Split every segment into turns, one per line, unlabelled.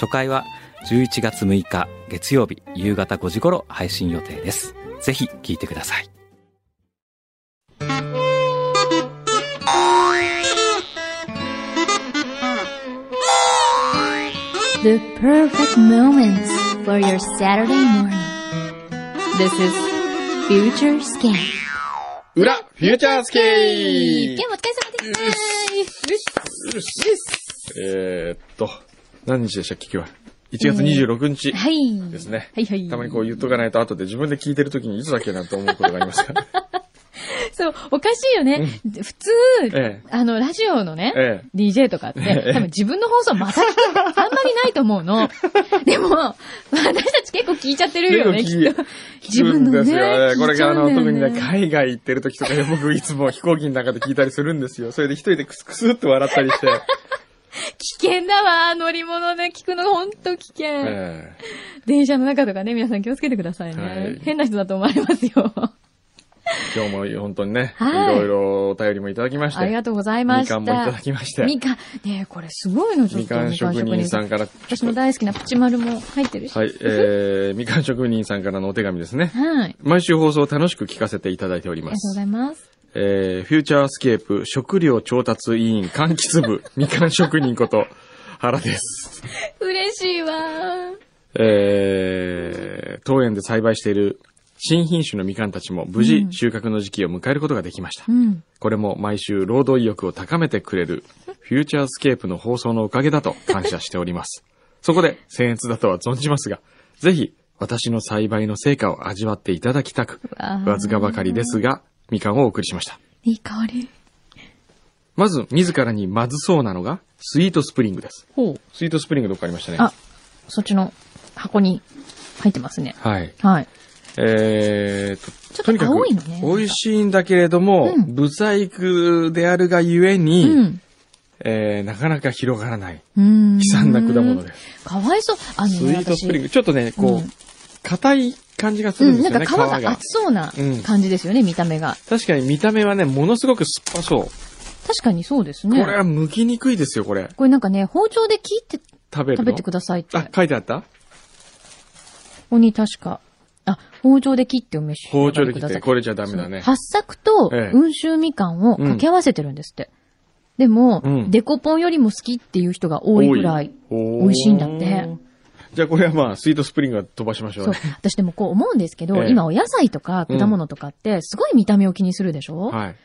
初回は11月6日月曜日夕方5時頃配信予定ですぜひ聞いてください
The perfect moments for your Saturday morning. This is Future Scan.
裏、フューチャースケ
今
ー
日もお疲れ様です。
えー、っと、何日でしたっけ、今日は。1月26日
はい。
ですね。
はいはい。
たまにこう言っとかないと後で自分で聞いてるときにいつだっけなと思うことがありますから。
そう、おかしいよね。普通、
ええ
あの、ラジオのね、
え
DJ とかって、多分自分の放送また聞くってあんまりないと思う の。でも、私たち結構聞いちゃってるよね、き
結構聞
っ
い
と。自分のね、
聞くんですよね。これがあの、
聞いちゃう
特
ん
に
だよ
ね、海外行ってるときとかよ、僕いつも飛行機の中で聞いたりするんですよ。それで一人でクスクスって笑ったりして。
危険だわ、乗り物ね、聞くのほんと危険。
え
電車の中とかね、皆さん気をつけてくださいね。
はい
変な人だと思われますよ。
え今日も本当にね、い
はい
ろいろお便りもいただきまして。
ありがとうございました。
みかんもいただきまして。
みかん、ねえこれすごいの、ちょっ
み
と。
かん職人さんから。
私の大好きなプチ丸も入ってるし。
はい、えー、みかん職人さんからのお手紙ですね。
はい。あり
毎週放送を楽しく聞かせていただいており
が
ま
とうご
す。
ざいます。
えー、フューチャースケープ食料調達委員柑橘 部みかん職人こと原です。
嬉しいわー。
えー、当園で栽培している新品種のみかんたちも無事収穫の時期を迎えることができました。
うん。
これも毎週労働意欲を高めてくれるフューチャースケープの放送のおかげだと感謝しており ます。そこで僭越だとは存じますが、ぜひ私の栽培の成果を味わっていただきたく、
わー
わずかばかりですが、みかんをお送りしました。
いい香り。
まず、自らにまずそうなのが、スイートスプリングです。
ほう。
スイートスプリングどっかありましたね。
あ、そっちの箱に入ってますね。
はい。
はい。
えーと、とにかく、
青いのね
美味しいんだけれども、
うん
ブサイクであるがゆえに、
うん。
えーなかなか広がらない、
うん。
悲惨な果物です。
す。かわいそう。あのね、
スイートスプリング。ちょっとね、
う、
こうん硬い感じがす
私う
るん
ん、
で
な
す
ん
よ
か
ね、
皮
皮が
が。厚そうな
うん
感じですよね、見た目が。
確かに見た目はね、ものすごく酸っぱそう。
確かにそうです
こ
ね。
れは剥きにくいですよ、これ。
これなんかね、包丁で切って
食べる
食
の。
べてくださいって。
あ、書いてあった
ここに確か、あ、包丁で切ってお召し上
包
が
丁
り
で
く
切
だ
っ
さ
て、
い。
これじゃダメだね。
八作と
ええ
温州みかんを掛け合わせてるんですって。でも、
うん
デコポンよりも好きっていう人が多いぐらい。
美
美味しいんだって。
じゃあこれはまあ、スイートスプリングは飛ばしましょう
そう
ね。。
私でもこう思うんですけど、
ええ
今お野菜とか果物とかってすごい見た目を気にするでしょ、
はい。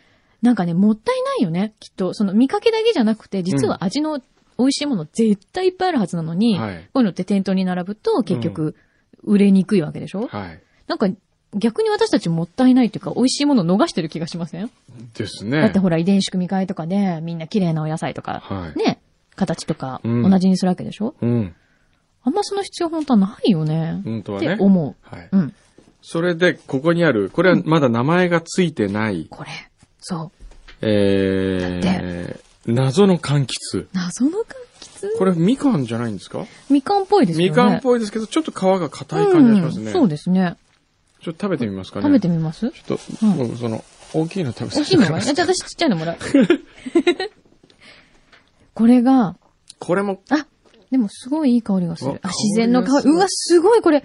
なんかね、もったいないよね。きっと、その見かけだけじゃなくて、実は味の美味しいもの絶対いっぱいあるはずなのに、
はい。
こういうのって店頭に並ぶと結局売れにくいわけでしょ、
はい。
なんか、逆に私たちもったいないというか、美味しいものを逃してる気がしません、
です
だっ
ね
て。ほら、遺伝子組み換えとかで、みんな綺麗なお野菜とか、
はい。
ね、形とか、
うん
同じにするわけでしょ、
うん。
あんまその必要本当はないよね。
本当
っ
は
て
ね。
思
はい。
う。うん。
それで、ここにある、これはまだ名前がついてない、
これ。そう。
えー、謎の柑橘。
謎の柑橘
これ、みかんじゃないんですか
みかんっぽいですよね。
みかんっ
い
ぽいですけど、ちょっと皮が硬い感じがしますね。
そうですね。
ちょっと食べてみますかね。
食べてみます
ちょっと、
うん
うんその、大きいの食べ
美
さ
味しい
せて
の
も
が
らい
ね じ
ま
ゃ
す。
あ私ちっちゃいのもらう。これが、
これも、
あ、でもすごいいい香りがする。あ、
あ
自然の香
香りが
り。
する
うわ、すごいこれ。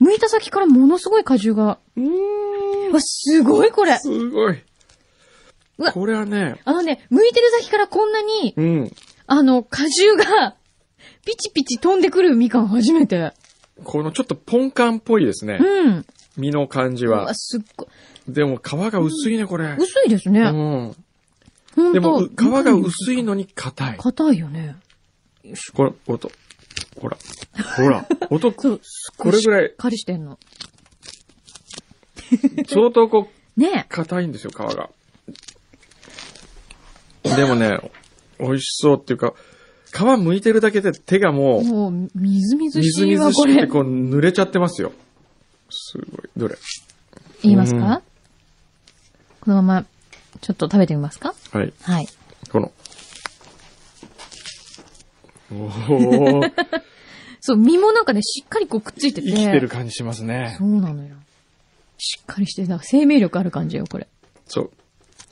剥いた先からものすごい果汁が。
うーん
うわ、すごいこれ。
すごい。
うわ
これはね、
あのね、剥いてる先からこんなに、
うん。
あの、果汁が、ピチピチ飛んでくるみかん初めて。
このちょっとポンカンっぽいですね。
うん。
身の感じ
う
は
わ、。すっごい。
でも皮が薄いね、これ。
薄いです
う
ね。
ん。
ほん
でも、
と。
う皮が薄いのに硬い。
硬いよね。
これ、音。ほら。ほら。音、
そう、
これぐら
い。し
い
っ、かりしてんの。
相当こう、
ね
硬いんですよ、皮が。でもね、美味しそうっていうか、皮剥いてるだけで手がもう、
もう、みずみず
みず
しい
み
わ、
ず
こ
しく
れ
て。こう濡れちゃってますよ。すごい。どれ
言います
う
かこのまま、ちょっと食べてみますか
はい。
はい。
この。おー
そう、身もなんかね、しっかりこうくっついてて。
生きてる感じしますね
そ。うなのよ。しっかりしてる、なんか生命力ある感じよ、これ。
そう。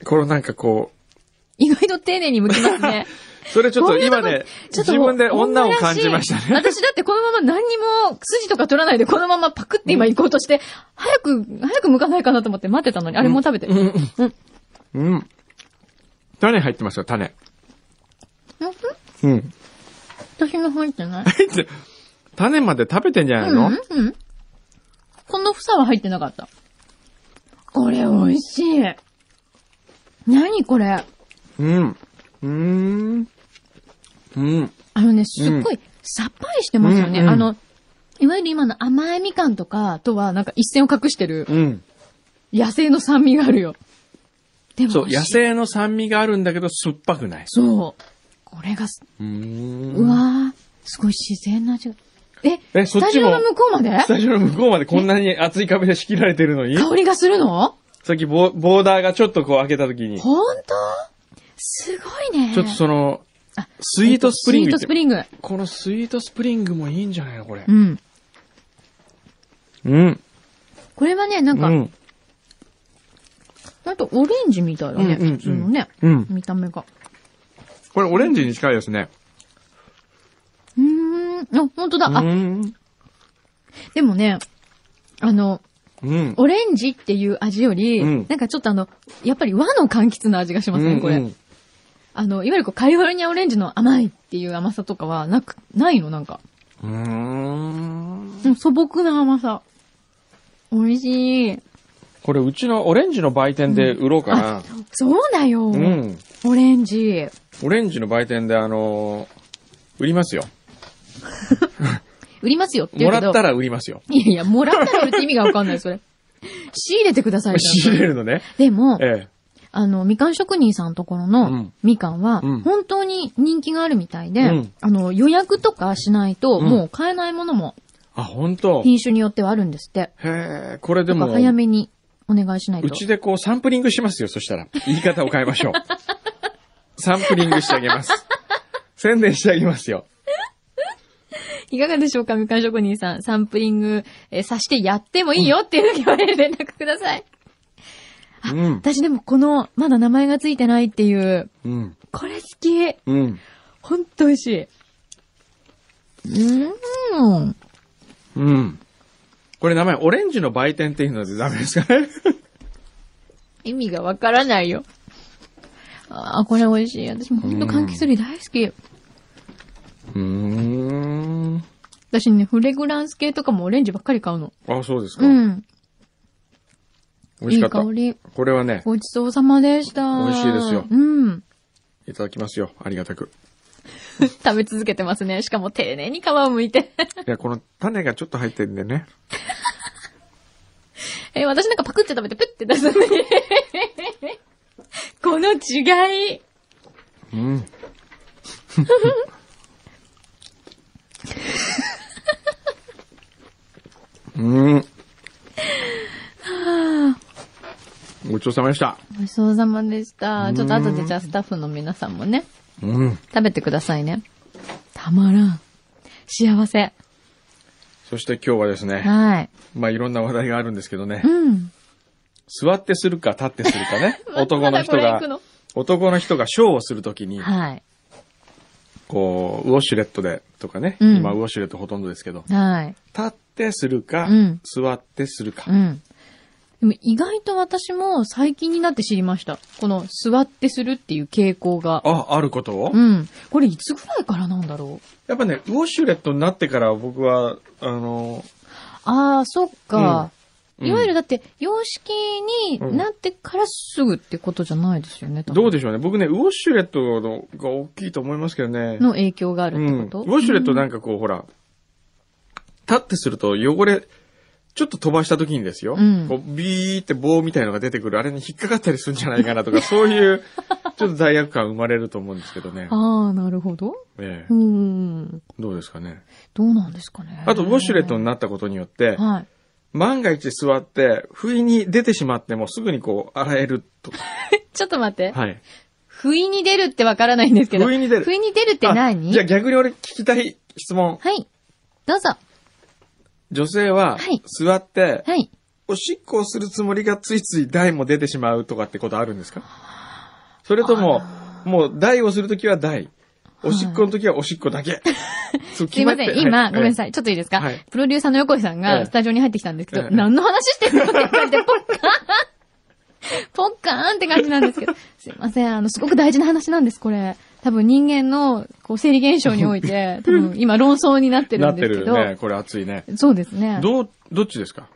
このなんかこう、
意外と丁寧に剥きますね。
それ ちょっ
ことんな
今ね、
ちょっと
自分で女を感じましたね。
女らい私だってこのまま何にも筋とか取らないでこのままパクって今行こうとして、早く、早く剥かないかなと思って待ってたのに、あれもう食べてる。
うん。うん。種入ってますよ、種。
うん
うん。
私の入ってない
入って、種まで食べてんじゃない
うん
の
うん。この房は入ってなかった。これ美味しい。何これ。
うん。うーん。うん。
あのね、すっごいさっぱりしてますよね。
うんうん
あの、いわゆる今の甘いみかんとかとはなんか一線を隠してる
うん。
野生の酸味があるよ。でも
そう、
美
野
味しい。
生の酸味があるんだけど、酸っぱくない。
そう。これがす、
うーん
うわー、すごい自然な味が。え、
え
ス
そっ
タ
ち
ジ
も
オの向こうまで
スタジオの向こうまでこんなに厚い壁で仕切られてるのに、
香りがするの
さっきボーボーダーがちょっとこう開けた時に、ち
本当すごいね。
ょっとその
あ、
スイートスプリング
スイー
っ
ト
て
スプリング。
このスイートスプリングもいいんじゃないのこれ
う。ん。
うん。
これはね、な
うん
か、
ん。
なんとオレンジみたいだね。
うんうんうん
普通のね、
うん。
見た目が。
これオレンジに近いですね。
うーん。あ、本当だ。
う
あ、
ん。
でもね、あの、
うん。
オレンジっていう味より、
うん
なんかちょっとあの、やっぱり和の柑橘の味がしますね、これ。
うんうん
あの、いわゆるこうカリフォルニアオレンジの甘いっていう甘さとかはなく、ないのなんか。
うーん。
でも素朴な甘さ。美味しい。
これうちのオレンジの売店で売ろうかな。
そうだよ、
うん。
オレンジ。
オレンジの売店であのー、売りますよ。
売りますよって言
も
う
ら
けど。
ったら売りますよ。
いやいや、もらったら売るって意味がわかんない、そ れ。仕入れてくださいじゃん
仕入れるのね。
でも、
ええ。
あの、みかん職人さんのところ
う
の
ん
みかんは、
うん
本当に人気があるみたいで、
うん
あの、予約とかしないと、
うん
もう買えないものも
あ、本当。
品種によってはあるんですって。
へえ、これで
だか
も
ら、早めにお願いしないうと。
ちでこうサンプリングしますよ、そしたら。言い方を変えましょ う。サンプリングしてあげます。宣伝してあげますよ。
いかがでしょうか、みかん職人さん。サンプリング、えーさしてやってもいいよっていう時はね連絡ください。
うん。
私でもこの、まだ名前がついてないっていう、
うん。
これ好き。
うん。
ほんと美味しい。うーん。
うん。これ名前、オレンジの売店っていうのでダメですかね
意味がわからないよ。ああ、これ美味しい。私もほんと柑橘類大好き。
うーん。
私ね、フレグランス系とかもオレンジばっかり買うの。
あ、そうですか。
うん。
美味
い
し
い
かった
香。り。
これはね、
ごちそうさまでした。
美味しいですよ
うん。
いただきますよ。ありがたく。
食べ続けてますね。しかも丁寧に皮を剥いて。
いや、この種がちょっと入ってるんでね。
え、私なんかパクって食べてプッて出すのに。 この違い。
うん。うん。ごちそうさまでした。
ごちそうさまでした。ちょっと後でじゃあスタッフの皆さんもね、
うん。
食べてくださいね。たまらん。幸せ。
そして今日はですね、
はい。
まあいろんな話題があるんですけどね
う、ん。、
座ってするか立ってするかね
ま
男の人
まだこれ行
が
く、の
男の人がショーをするときに、
はい。
こう、ウォシュレットでとかね、
うん
今ウォシュレットほとんどですけど、
はい。
立ってするか、
うん
座ってするか
う。ん。でも意外と私も最近になって知りました。この座ってするっていう傾向が。
あ、あることを
うん。これいつぐらいからなんだろう
やっぱね、ウォシュレットになってから僕は、あの、
ああ、そっか。
うん
いわゆるだって、様式になってからすぐってことじゃないですよね、多分
どうでしょうね。僕ね、ウォシュレットのが大きいと思いますけどね。
の影響があ
う
るって
ん。ウ
こと、
ォシュレット
うん
なんかこう、ほら、立ってすると汚れちょっと飛ばした時にですよ、
うん
こうビーって棒みたいのが出てくる、あれに引っかかったりするんじゃないかなとか、そう いう、ちょっと罪悪感生まれると思うんですけどね。
ああ、なるほど。
え
う
え、
ん。
どうですかね。
どうなんですかね。
あと、ウォシュレットになったことによって、
はい。
万が一座って、不意に出てしまってもすぐにこう、洗えるとか。
ちょっと待って。
はい。
不意に出るってわからないんですけど。
不意に出る
不意に出るって何
あじゃあ逆に俺聞きたい質問。
はい。どうぞ。
女性は
はい、
座って、
はい。
おしっこをするつもりがついつい台も出てしまうとかってことあるんですかそれとも、もう台をするときは台。おしっこのときはおしっこだけ。す
すいません。今、ごめんなさ
い。
い。ちょっといいですか、
はい
プロデューサーの横井さん
え
が
え
スタジオに入ってきたんですけど、
ええ
何の話してんのって感じで、ポッカーンポッカーンって感じなんですけ ど。すいません。あの、すごく大事な話なんです、これ。多分人間の、こう、生理現象において、 多分今論争になってる
なんっ
で
て
すけ
る
ど。
ね。これ熱いね。
そうですね。
どう、どっちですか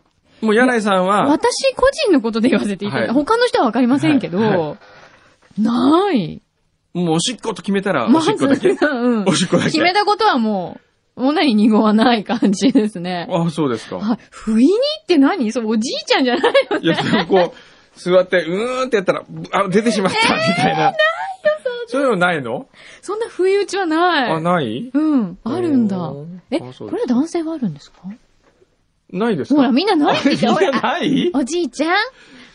もう柳井さんは、
私個人のことで言わせていただいて、
はい
他の人はわかりませんけど、
はいは
ない。
もうおしっこと決めたら、
ま
お
ず
しっこだけ。
うん
おしっこだけ。
決めたことはもう、オナニーに号はない感じですね。
あ、そうですか。
あ、不意にって何そう、おじいちゃんじゃないの
いや、でもこう、座って、うーんってやったら、ぶあ、出てしまった、みたいな。ないよ、そういうのないの、
そんな不意打ちはない。
あ、ない
うん、あるんだ
おー。
え、
あそう
これ男性はあるんですか
ないですか
ほら、みんなないって言った
あ
ほ
みんな
ら。
ない
おじいちゃん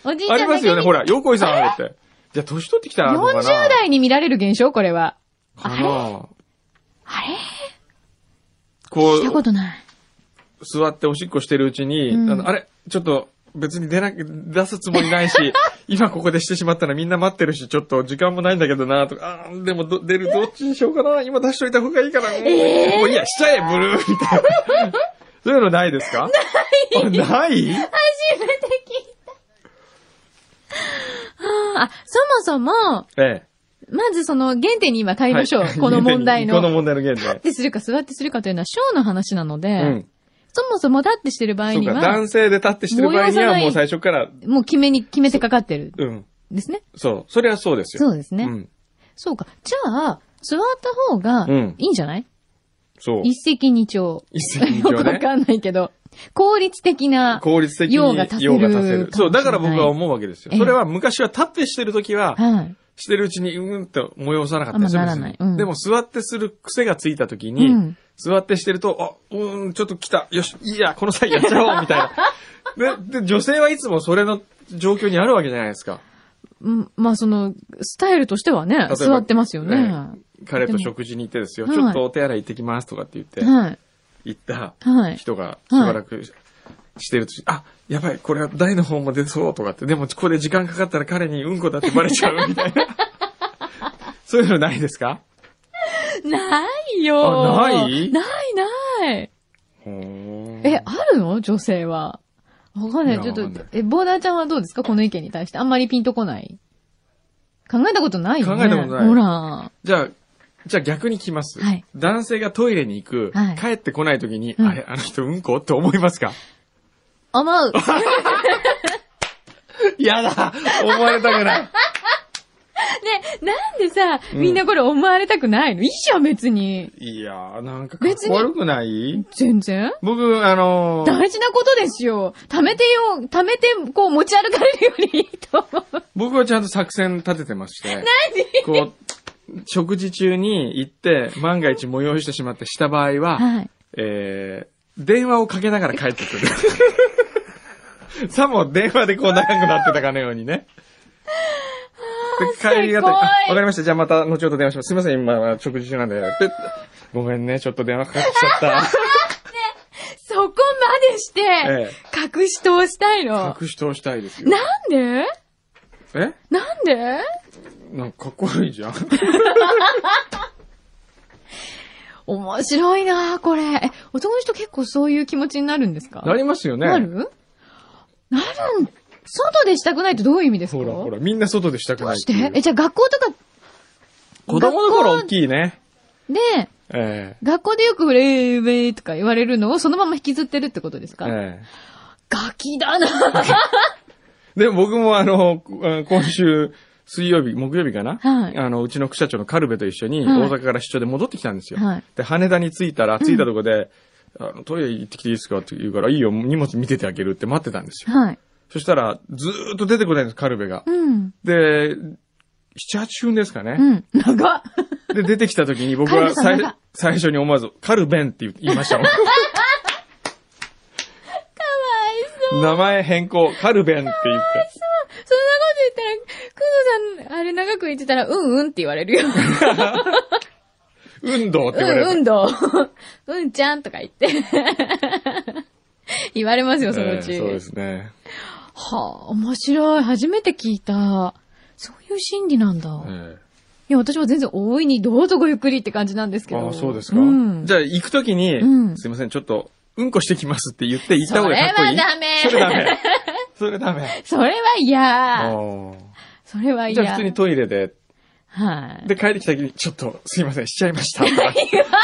おじいちゃ
あ
んだ
ります
け
よね、
に
ほら、横井さんあるって。じゃあ、年取ってきたらあるのかな
40代に見られる現象これは。
かな
あれ
こ
したこ
う、
とない。
座っておしっこしてるうちに、
うん
あのあれちょっと、別に出な、出すつもりな いし、今ここでしてしまったらみんな待ってるし、ちょっと時間もないんだけどな、とか、あーでもど出る、どっちにしようかな、今出しといた方がいいから、もう、もういいや、しちゃえ、ブルー、みたい な。そういうのないですかないない
初めて聞いた。あーあ、そもそも、
ええ。
まずその原点に今帰りましょう。
はい
この問題の。
この問題の現
立っ
在。
てするか座ってするかというのはショーの話なので、
うん。
そもそも立ってしてる場合
そう
に
か、
は
男、性で立ってしてる場合にはもう最初から、
もう決めに、決めてかかってる
うん。
んですね。
そう。それはそうですよ。
そうですね。
うん。
そうか。じゃあ、座った方が
うん
いいんじゃない、
そう。
一石二鳥。
一石二
よく
鳥
わ
ね。
かんないけど、効率的な。
効率的に
用が足せる
用
かもしれない
そう、だから僕は思うわけですよ。
ええ
それは昔は立ってしてるときは、
はい。
してるうちにうーんと催さなかったりするんです
あんまなら
よ
ないうん
でも座ってする癖がついたとき
う
に、
ん。
座ってしてると、あ、うーん、ちょっと来た。よし、いいや、この際やっちゃおう、みたいな。 で、で、女性はいつもそれの状況にあるわけじゃないですか。
うんまあその、スタイルとしてはね
ば、
座ってますよね。
ね彼と食事に行ってですよ。
でも
ちょ
はい
っとお手洗い行ってきますとかって言って、
はい。
行った
はい。
人がしばらくしてると、あ、やばい、これは台の方も出そうとかって、でもここで時間かかったら彼にうんこだってバレちゃうみた いな。そういうのないですか
ないよ
あない
ないない。え、
え、
あるの女性は。わかんない。
い
ちょ
や
っ
わかんな
と
い、
え、ボーダーちゃんはどうですかこの意見に対して。あんまりピンとこない。考えたことないよね。
考えたことない
ほら。は
じゃあ、じゃあ逆に聞きます。
はい
男性がトイレに行く、
はい
帰ってこない時に、
うん
あれ、あの人うんこって思います か
思 う。
やだ思われたくない。
なんでさ、
うん
みんなこれ思われたくないのいいじゃん、別に。
いやー、なんかかっ
別に
こ悪くない
全然
僕、あのー
大事なことですよ。貯めてよ、貯めて、こう持ち歩かれるよりいいと思う。
僕はちゃんと作戦立ててまして。こう、食事中に行って、万が一催してしまってした場合は、
はい。
えー、電話をかけながら帰ってくる。 さも電話でこう長くなってたかのようにね。で帰りがて、あ
すごい
わかりました。じゃあまた後ほど電話します。すいません、今は食事中なんで。ペッごめんね、ちょっと電話かかってきちゃ っ
そこまでして、
え
隠し通したい
た
の。。
隠し通したいですよ。
なんで
え
なんで
なんかかっこ悪いじゃん。
面白いなあこれ。え、男の人結構そういう気持ちになるんですか
なりますよね。
なるなるん外でしたくないってどういう意味ですか
ほらほら、みんな外でしたく
ど
な
う
いっ
して
いう
てえ、じゃあ学校とか
子供の頃大きいね。
で、
え
学校でよくウレーウェイとか言われるのをそのまま引きずってるってことです
え
か、
え
ガキだな
えで、僕もあの、こ今週、水曜日、木曜日かな、
はい
あの、うちの副社長のカルベと一緒に、
はい
大阪から出張で戻ってきたんですよ。
はい
で、羽田に着いたら、着いたとこで、あの、トイレ行ってきていいですかって言うから、いいよ、荷物見ててあげるって待ってたんですよ。
はい。
そしたら、ずーっと出てこないんです、カルベが。
うん。
で、七八分ですかね。
うん。長っ
で、出てきた時に僕
カル
は
ベさん
最
なんか
最初に思わず、カルベンって言いましたもん。名前変更、カルベンって言って。
そんなこと言ったら、クズさん、あれ長く言ってたら、うんうんって言われるよ。
運動って言われ
うん、
た。
運動。 うんちゃんとか言って。 言われますよ、そのうち。
えーそうですね。
はあ、面白い。初めて聞いた。そういう心理なんだ。
え
い
ー
や、私は全然大いにどうぞごゆっくりって感じなんですけど。
ああ、そうですか。
ん、
じゃあ、行くときに、
うん
すいません、ちょっと、うんこしてきますって言って行った方がかっこいい。
そ
そ
れ
れ
は
ダ
ダメ
メ。それダメ。
それは
あ
嫌。
ー
それは
じ
嫌。
ゃあ、普通にトイレで、
はい。
で、帰ってきた時に、ちょっと、すいません、しちゃいましたと か。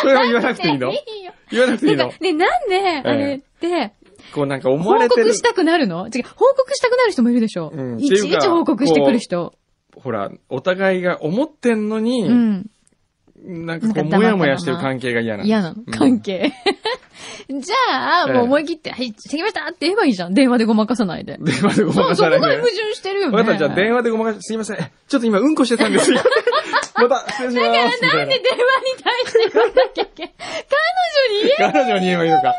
それは言わなくていいの
いいよ。
言わなくていい
な
の
んか、ね、なんで、あれって、
こうなんか思
報
われてる
告し。たくなるの違う、報告したくなる人もいるでしょ。
うん
いちいち報告してくる人。
ほら、お互いが思ってんの
う
に、
ん。
なんかこ
な
う
か黙っ
ん
たまま
もやもやしてる関係が嫌なの。
嫌なの
うん
関係。 じゃあ、
ええ
もう思い切って、はい、してきましたって言えばいいじゃん。電話でごまかさないで。
電 話でごま
そう、
か
そ
さ
こ
れ
が
て。
矛盾してるよね。
わかった、じゃあ電話でごまかし、すいません。 ちょっと今、うんこしてたんです よ。また、失礼します。みたい
なんで電話に対して言わなきゃいけない。彼 女に言え
な。彼女に言えばいいのか。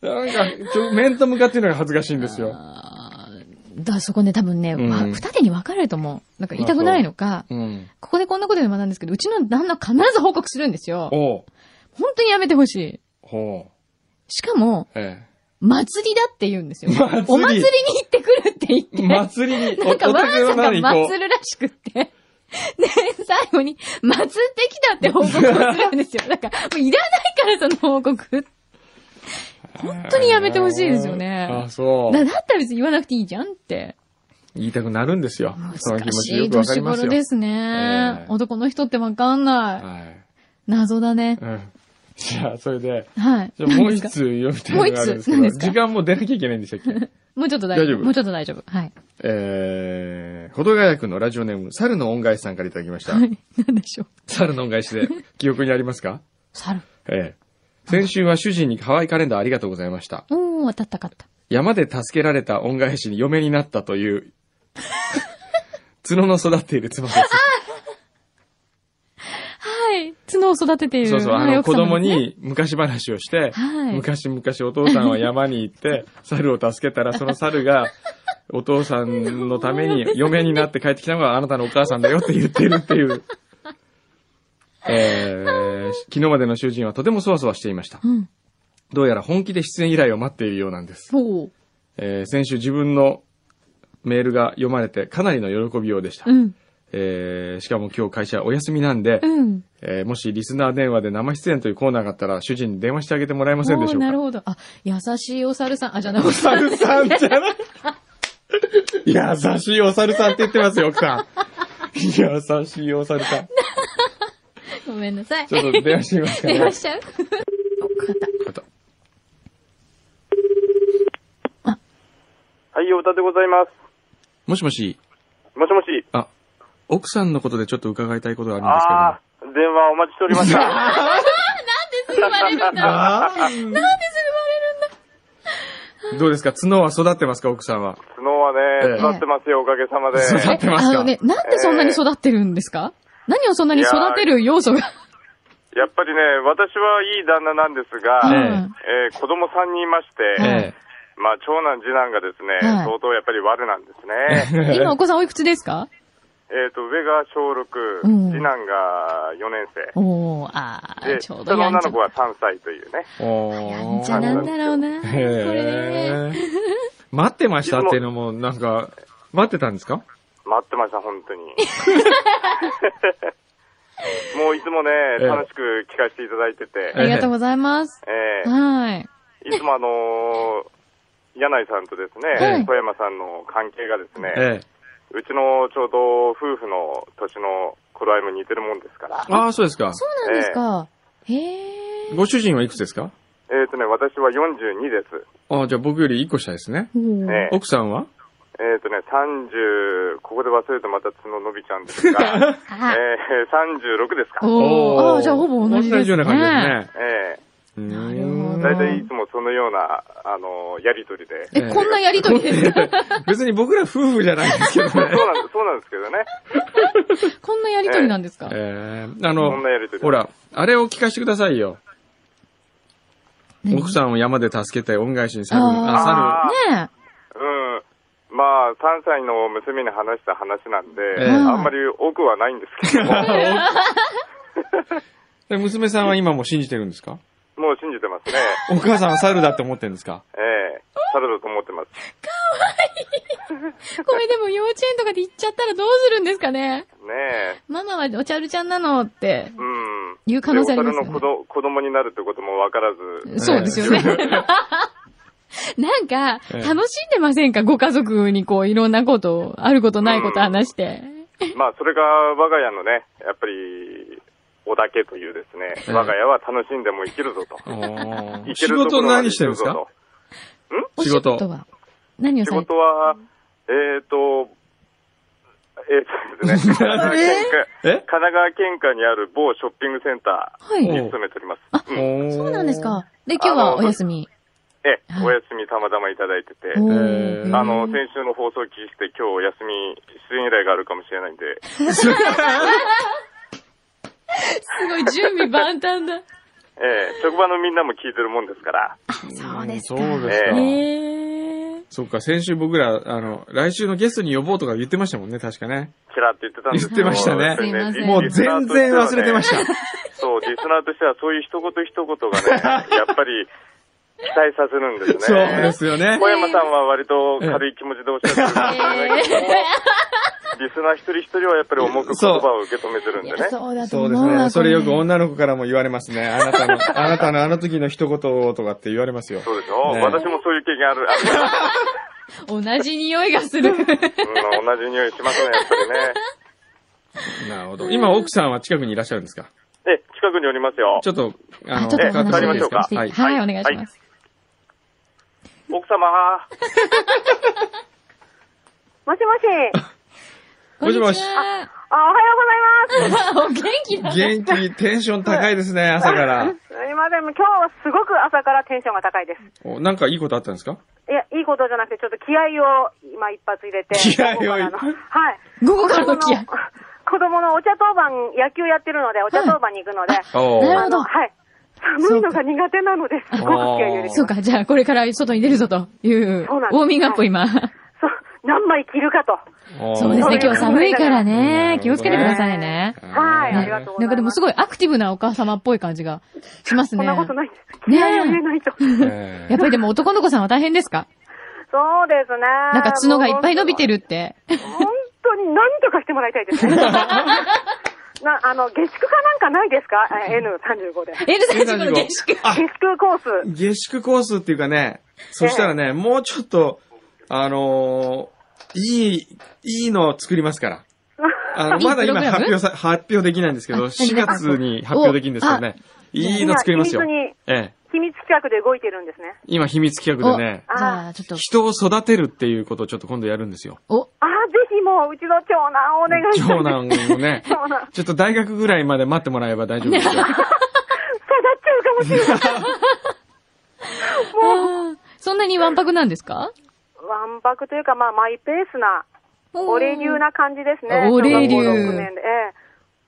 なんか、ちょ、面と向かってるのが恥ずかしいんですよ。
あーだ、そこね、多分ね、
うん
わ二手に分かれると思う。なんか痛くないのか、
うん。
ここでこんなことでも学んですけど、うちの旦那必ず報告するんですよ。
おう。
本当にやめてほしい。
ほ
しかも、
う。え
祭りだって言うんですよ。
祭り
お祭りに行ってくるって言って。
え。祭りに、お、
な
お
んかわ
宅
ざ
の
わざ
何こ
祭るらしくって。で、最後に、祭ってきたって報告をするんですよ。なんか、もういらないからその報告。
う。
本当にやめてほしいですよね
ああ、そう。
だだったら別に言わなくていいじゃんって。
言いたくなるんですよ。その気
難
持ち
し
よ
い
くわかり
年
ます
頃
よ。
ですね。
ええ
男の人ってわかんない。
はい。
謎だね。
うん。じゃあ、それで、
はい。
じゃあもう
何で
一
すか
通読みたいなのがあるんで
も
すけど
う一通何です、か
時間もう出なきゃいけないんでしたっ け
もうちょっと大丈
大
夫。
丈夫
もうちょっと大丈夫。はい。
えー、ほどがやくのラジオネーム、猿の恩返しさんからいただきました
は。い。なんでしょう。
猿の恩返し で、記憶にありますか
猿。
ええ。先週は主人にハワイカレンダーありがとうございました。
おー、当たったかった。
山で助けられた恩返しに嫁になった という、角の育っている妻です。
はい。角を育てている。
そうそう、あ
はい
の、
奥
子
様
供
ですね
に昔話をして、
はい
昔々お父さんは山に 行って、猿を助けたら、その猿が、お父さんのために嫁になって帰ってきたのがあなたのお母さんだよって言ってるっていう。えー、昨日までの囚人はとてもそわそわしていました。
うん。
どうやら本気で出演依頼を待っているようなんです。
ほう。
えー先週自分のメールが読まれてかなりの喜びようでした。
うん。
えーしかも今日会社お休みなんで、
うん。
えーもしリスナー電話で生出演というコーナーがあったら主人に電話してあげてもらえませんでしょ
おー
う
なる
か。
ほど。あ、優しいお猿さん。あ、じゃあなく
お猿さんじゃない優しいお猿さんって言ってますよ、奥さん。優しいお猿さん。
ごめんなさい。
ちょっと電話してみますか
電
ね
話。しちゃうお、かった。
また
はい、お歌でございます。
もしもし、
もしもし。
あ、奥さんのことでちょっと伺いたいことがあるんですけども
あ。あ、電話お待ちしておりました。
言われるんだ。
なんでそれ言われるんだどうですか角は育ってますか奥さんは。
角は
ええ
ね、育ってますよ、おかげさまで。
育ってます
あ
か
のね、なんでそんなに育ってるんですか、何をそんなに育てる要素が。
やっぱりね、私はいい旦那なんですが、
え
えー子供3人いまし
えは
て、
い
まあ、長男、次男がですね、
はい
相当やっぱり悪なんですね。
うん今お子さんおいくつですか
えっと、上が小6、
うん
次男が4年生。
おー、あー、
で、
ちょ
下
うど
の
やん
女
ちゃ
の子。は3歳というね。
お
やんち
ー
ゃなんだろうな。こ
へ
れね。
ー待ってましたっていうのも、なんか、待ってたんですか
待ってました、本当に。もういつもね、
ええ
楽しく聞かせていただいてて、
ありがとうございます。
ええ
はい。
いつもあのー、柳井さんとです
は
ね、
い
富山さんの関係がですね、
ええ。
うちのちょうど夫婦の年の頃合いも似てるもんですから、
ああ、そうですか。
そうなんですか。へえ。
ご主人はいくつですか
えっ、とね、私は42です。
ああ、じゃあ僕より1個下ですね。
おー
ええ
奥さんは
えっ、とね、30、ここで忘れるとまた角伸びちゃうんで すが、
あ
えー、36ですか。
おー、あーじゃあほぼ同じです、ね。
同じような感じですね。
ええ
うー
なんるほもう。
大体いつもそのような、あの、やりとりで。
え、こんなやりとりですか
別に僕ら夫婦じゃないんですけど
そう
ね。
なんそうなんですけどね。
こんなやりとりなんですか
えー、あ
そん
の
な、やりとり。
ほ。ら、あれを聞かせてくださいよ。
何
奥さんを山で助けて恩返しに猿、
あ
あ、
あ
ね
うん。まあ、3歳の娘に話した話なんで、
ええ
あんまり多くはないんで すけど、
猿。で娘さんは今も信じてるんですか
もう信じてますね。
お母さんは猿だって思ってるんですか
ええ猿だと思ってます。
え。これでも幼稚園とかで行っちゃったらどうするんですかね
ねえ。
ママはおちゃるちゃんなのって。
うん。
言う可能性ありますよね
でお猿の子ど子供になるってこともわからず。
そうですよね。 なんか、
ええ
楽しんでませんかご家族にこう、いろんなことを、あることないこと話して。
まあ、それが我が家のね、やっぱり、おだけというです
ええ
ね、我が家は楽しんでも生きるぞと。
おー
生
仕
きると
事
ころまで
何して
生
るんです
きるぞ
か
と。
お
仕事
は何を
仕
されて
事は、えっ、ー、と、えー、とですね、神奈川県下
え
神奈川県下にある某ショッピングセンタ
は
ーに
い。
勤めております。うん
そ
そうなんです。か。で、今日はお休み。
ええ
はい
お休みたまたまいただいてて、
お
えー
ー
あの、先週の放送を聞いて今日お休み、出演依頼があるかもしれないんで、
すごい準備万端だ。
ええ職場のみんなも聞いてるもんですから、
そうですか。
そうですか。
えー
そっか、先週僕ら、あの、来週のゲストに呼ぼうとか言ってましたもんね、確かね。
キラって言ってたんですけど。
言ってましたね
やっぱり
すいません
もう全然忘れてまし。
リ
た。
リスナーとしてはねそう、リスナーとしてはそういう一言一言が ね、やっぱり期待させるんです
そ
ね。
うですよね。
小山さんは割と軽い気持ちでおっしゃってるんですけど、リスナー一人一人はやっぱり重く言葉を受け止めてるん
いや
でね。
そうだと
そうで
思
す
うわ。
ね。それよく
こ
女の子からも言われますね。あなたの、 あなたのあの時の一言をとかって言われますよ。
そうでしょ、
ね
私もそういう経験ある。ある
同じ匂いがする。
うん、同じ匂いしますね、やっぱりね。
なるほど。今、奥さんは近くにいらっしゃるんですか
え、近くにおりますよ
ち。ょっと、あ
あ、
の、
ちょっとお
え
話
帰り
も
ま
いい
しょうか
して
は
はい、
い。
はいお願いします。
奥様、
もしもし。
こんにちは
もしもし
あ、おはようご
お
ざいま
元気だ。
元気、テンション高いですね、朝から。
す。今でも今日はすごく朝からテンションが高いです。
おなんかいいことあったんですか
いや、いいことじゃなくて、ちょっと気合を今一発入れて。
気合を
あのはい。
午後からの気合。
子供のお茶当番、野球やってるので、お茶当番に行くので、
お
なるほ
ー
あ
ど
の、はい。寒いのが苦手なのですごく気合い入れて
そうか、じゃあこれから外に出るぞという、ウ
そうなんです
ォーミングアップを今。
そう、何枚着るかと。
おー
そうですね、今日寒いからね
う、ん
気をつけてくださいね。
はい、
ね
ありが
な
とうござ
い
ます。
んかでもす
い。
ごいアクティブなお母様っぽい感じがします
そ
ね。
んなこと
や
ないです。気合を入れないと。そう
えー
っぱりでも男の子さんは大変ですか
ですね。
なんか角がいっぱい伸びてるって。
本当に何とかしてもらいたいですね。 な、あの、下宿かなんかないですかえ ?N35 で。
N さんの下宿。
あ
下、宿コース。
下宿コースっていうかね、そしたらね、もうちょっと、あのーいい、いいのを作りますから。あ の、
いい
まだ今
プログラム
発表さ、発表できないんですけど、4月 に発表できるんですけどね。いいの作りますよ。
今秘密に
ええ。
秘密企画で動いてるんですね。
今秘密企画でね、
じゃあちょっと、
人を育てるっていうことをちょっと今度やるんで すよ。
お、
あー、ぜひもう、うちの長男お願いします。、
長男を ね
長男。
ちょっと大学ぐらいまで待ってもらえば大丈夫ですよ。
下がっちゃうかもしれない。
あーそんなにわんぱくなんですか
わんぱくというか、まあ、マイペースな、お礼流な感じですね。
お礼流
小学校六年でええ。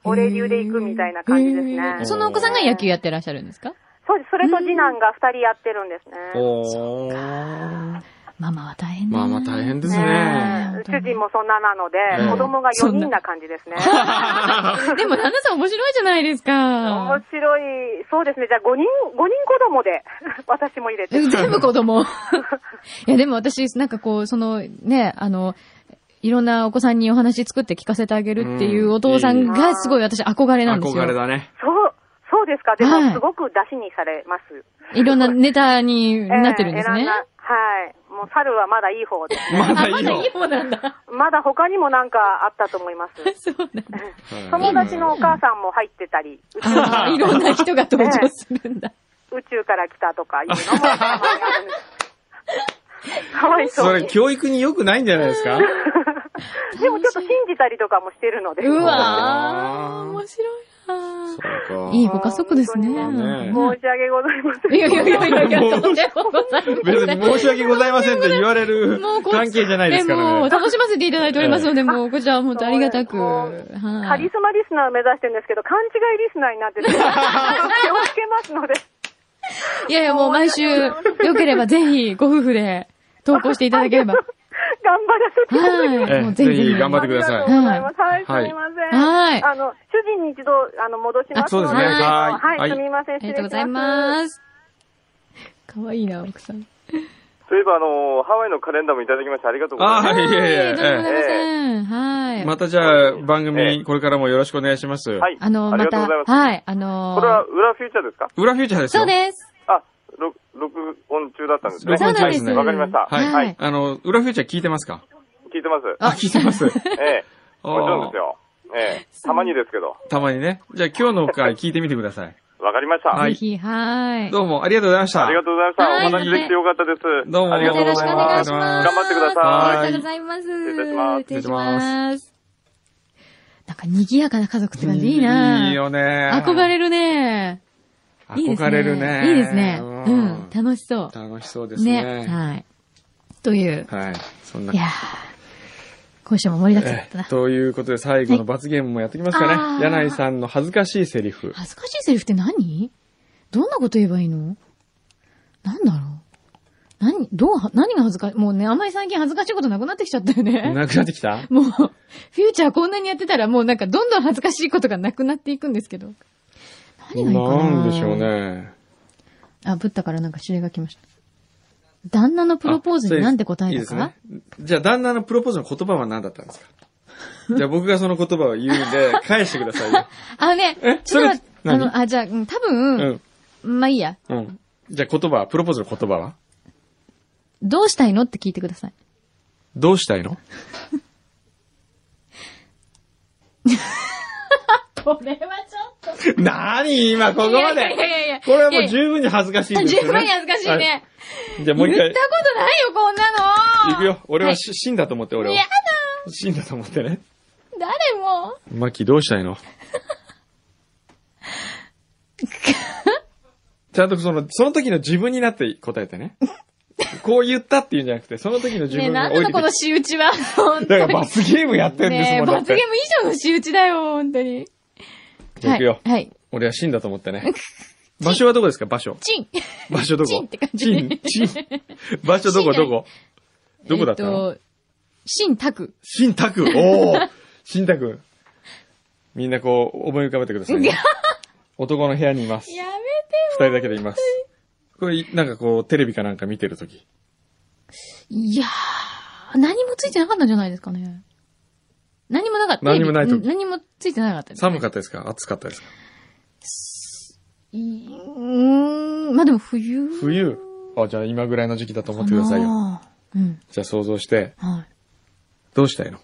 お礼流で行くみたいな感じですね。
そのお子さんが野球やってらっしゃるんですか
そうです。それと次男が二人やってるんですね。
おー。
ママは大変だ
ま
な。
あまあ大変ですね。
ねえ主人もそんななので、
ええ
子供が4人な感じ です ね。
でも旦那さん面白いじゃないです
面
か。
白い。そうですね。じゃあ5人、五人子供で、 私も入れて。
全部子供。い や、でも私、なんかこう、その、ね、あの、いろんなお子さんにお話作って聞かせてあげるっていうお父さんがすごい私憧れなんですよ。
憧れだね。
そう、そうですか。で
はい
も、すごく出しにされます。
いろんなネタに
ええ
なってるんです
選
ね。
だはい。もう猿はまだいい 方です。
まだ
あ、
い
ま
い
だ
よ
いい。方なんだ。
まだ他にもなんかあったと思います。
そうなん だ。
友達のお母さんも入ってたり、宇宙
あーいろんな人が登場するんだ。
宇宙から来たとかいう のも。かわいそ
そうれ
に。
教育に良くないんじゃないですか
でもちょっと信じたりとかもしてるので。
うわー、面白いあ
そう
ー
か。
いいご家族ですね。
そう
ね
申し訳ございません。
いやいやいやいやいや、とんでもございません
別に申し訳ございませんって言われる
もうこっち
関係じゃないですか
えも
ら
う
ね。
楽しませていただいておりますので、もうこちらは本当ありがたく。
そうでカ
は
リ
い。
スマリスナーを目指してるんですけど、勘違いリスナーに なってて、気をつけますので。
いやいや、もう毎週、よければぜひご夫婦で投稿していただければ。
頑張らせていただきます。
は
え
い。も
え
う
ぜ
ぜひぜ
ひ
ひ。
頑張ってくだ
あ
さ
り
い。
がとうございます。はい、
はい
すみません。
はい
あの、主人に一度、あの、戻しますので。
あそうです
ね
あの
はい
はい、
はい
すみません。
ありがとうござい
す。
ます。かわいいな、奥さん。
そういえば、あの、ハワイのカレンダーもいただきましてありがとうござい
あ
ます。
あ、いえい
はい、どうもござ
え
いません。はい。
え。またじゃあ、番組、これからもよろしくお願いします。
はい。
あの、
あり
ま
がと
た
うございま、す。
はい、あのー
これは裏フューチャーですか
裏フューチャーですよ。
そうです。
あ、録録音中だったんです
録
ね。
そう
音
な
中
ん
で
ですす。
ね
わかりました
はい。
はい。
あの、裏フューチャー聞いてますか
聞いてます。
あ、聞いてます。
ええ。
あー
もちろんですよ。ええ。たまにですけど。
たまにね。じゃあ今日の回聞いてみてください。
わかりました。
は
あ
い
ぜひ、はい。
どうもありがとうございました。
りがとうござ
は
いまし
い
た。お話できてよかったです。
どうも
ありがとうご
よろし
ざ
く
い
お願
ま
い
す。
します。
頑張ってくださ
い
ありがとうございます。
失礼いたします
失礼します。なんか賑やかな家族って感じいい
いい
な
よね。
憧れるねいいですね。
憧れるね。
いいですね。
う
うん。
ん。
楽しそ
楽しそうで
う。
すね。
はい。という。。
はい。そんない
やー今週も盛りだくさんだった
え
な。
ということで最後の罰ゲームもやってきますか
はい
ね。柳井さんの恥ずかしいセリフ。
恥ずかしいセリフって何どんなこと言えばいいのなんだろう何、どう、何が恥ずかしいもうね、あんまり最近恥ずかしいことなくなってきちゃったよね。
なくなってきた
もう、フューチャーこんなにやってたらもうなんかどんどん恥ずかしいことがなくなっていくんですけど。何がいいかな
なんでしょう。ね。
あ、ぶったからなんか指令が来ました。旦那のプロポーズになんて答えたか
あそうですいいですねじゃあ、旦那のプロポーズの言葉は何だったんです かじゃあ、僕がその言葉を言うんで、返してくださいよ。
あのね
え、
ちょっと待って、
そ
あ
れ何
の、あ、じゃあ、うん多分、まあいいや。
うん。うん。じゃあ、言葉は、プロポーズの言葉は
どうしたいのって聞いてください。
どうしたいの
これはちょっと。
なーに今、ここま
いやいやいやい
で
や
これはもう十分に恥ずかしいです
十
よね。
分に恥ずかしいね。
はい。じゃあ、もう一
言っ
回
た、ことないよ、こんなの
行くよ。俺は
はい
し死んだと思って、俺
や
は
だ。
死んだと思ってね。
誰も。
マキ、どうしたいの ちゃんとその、その時の自分になって答えてね。こう言ったっていうんじゃなくて、その時の自
ねえ、
分
な
が
んな
置い
の
てき
こ
て
の仕打ちは、本当
だ
に。
から罰ゲームやってんです
ねえ、
もん、だっ
罰ゲー
て。
ム以上の仕打ちだよ、本当に。
じゃあ行くよ
はい。はい。
俺は死んだと思っ てね。場所はどこですか場所。
チン。
場所どこ
チンって感じ
チン、チン。場所どこ
チン
どこどこだったの
えっと、シンタク。
シンタ クおーシンタクみんなこう、思い浮かべてくださいね。男の部屋にいます。
やめ
二人だけでいます。これ、なんかこう、テレビかなんか見てるとき。
て。いやー、何もついてなかったんじゃないですかね。何もなかった。
何もないと
うん何もついてなかったです。
寒かったですか暑かったですか
いいうーん、まあでも冬。
冬。あ、じゃあ今ぐらいの時期だと思ってくださいよ。
あーうん。
じゃあ想像して、
はい。
どうしたいの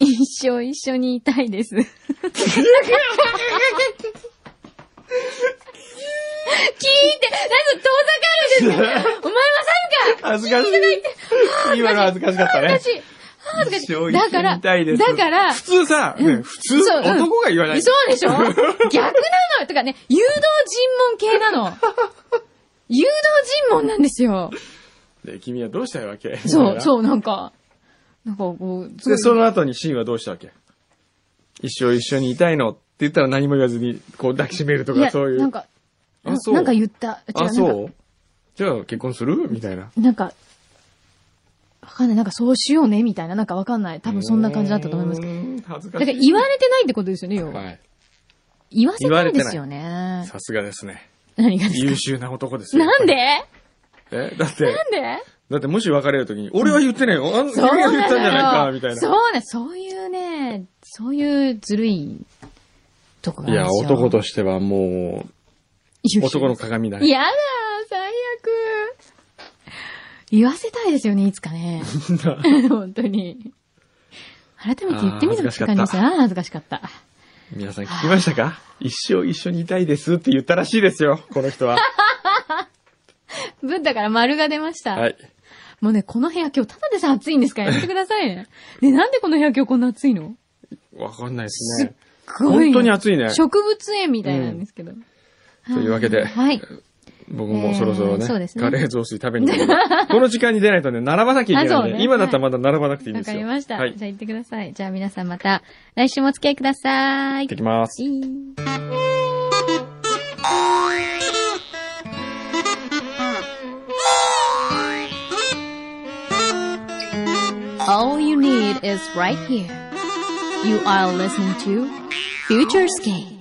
一生一緒にいたいです。 聞いて、なんか遠ざかるんですよお前はサムか
恥ずかしい。今の恥ずかしかったね。
恥ずかしい恥ずかしいだから、
一生一緒にいたいです
だから、
普通さ、ね普通、
そううん
男が言わない。
そうでしょ逆なのよとかね、誘導尋問系なの。誘導尋問なんですよ。
で、君はどうしたいわけ
そう、
う。
そう、なんか。なんかこう、すご
で、
い
その後にシンはどうしたわけ一生一緒にいたいのって言ったら何も言わずに、こう抱きしめると
い
か
や
そういう。
なんか、
あそう
なんか言った。違う
あ、
なんか
そうじゃあ結婚するみたいな。
なんか、わかんない。なんかそうしようね、みたいな。なんかわかんない。多分そんな感じだったと思いますけど。
ど。恥ずか
だ
しい。
から言われてないってことですよね、要は。
はい。
言わせないですよね。
さすがですね。
何がです
優
か
秀な男ですよ。
なんでな
やっぱりえだって、
んで
だってもし別れるときに、俺は言ってないよ。あん君
そう
が
な
言っ
の
たんじゃないか、
よ
みたい
そ
な。
うな、そういうね、そういうずるいとこがあ
い
るん
や、
ですよ。
男としてはも
優
う、
秀
男の鏡だね。
やだー、最悪。言わせたいですよね、いつかね。 本当に。改めて言ってみ
あー恥ず
る
かしかっ
感
た
じですよ。あー恥ずかしかった。
皆さん聞きましたか一生一緒にいたいですって言ったらしいですよ、この人は。
ぶったから丸が出ました。
はい。
もうね、この部屋今日ただでさ暑いんですからやめてくださいね。ね、なんでこの部屋今日こんな暑いの
わかんないですね。
すごい
本当に暑いね
植物園みたいなんですけど。
と いうわけで
はい。
僕もそろそろね、
えーそうですね
カレー雑炊食べに行くのでこの時間に出ないとね、並ばなきゃいけ
あ
な
そ
いん
う
で、
ね
今だったらまだ並ばなくていいん
わ
です
か
よ。
りました。
はい。
じ
行
ゃあ行ってください。じゃあ皆さんまた来週もお付き合いください。
ってきます。
All you need is right here. You are listening to Future Skate.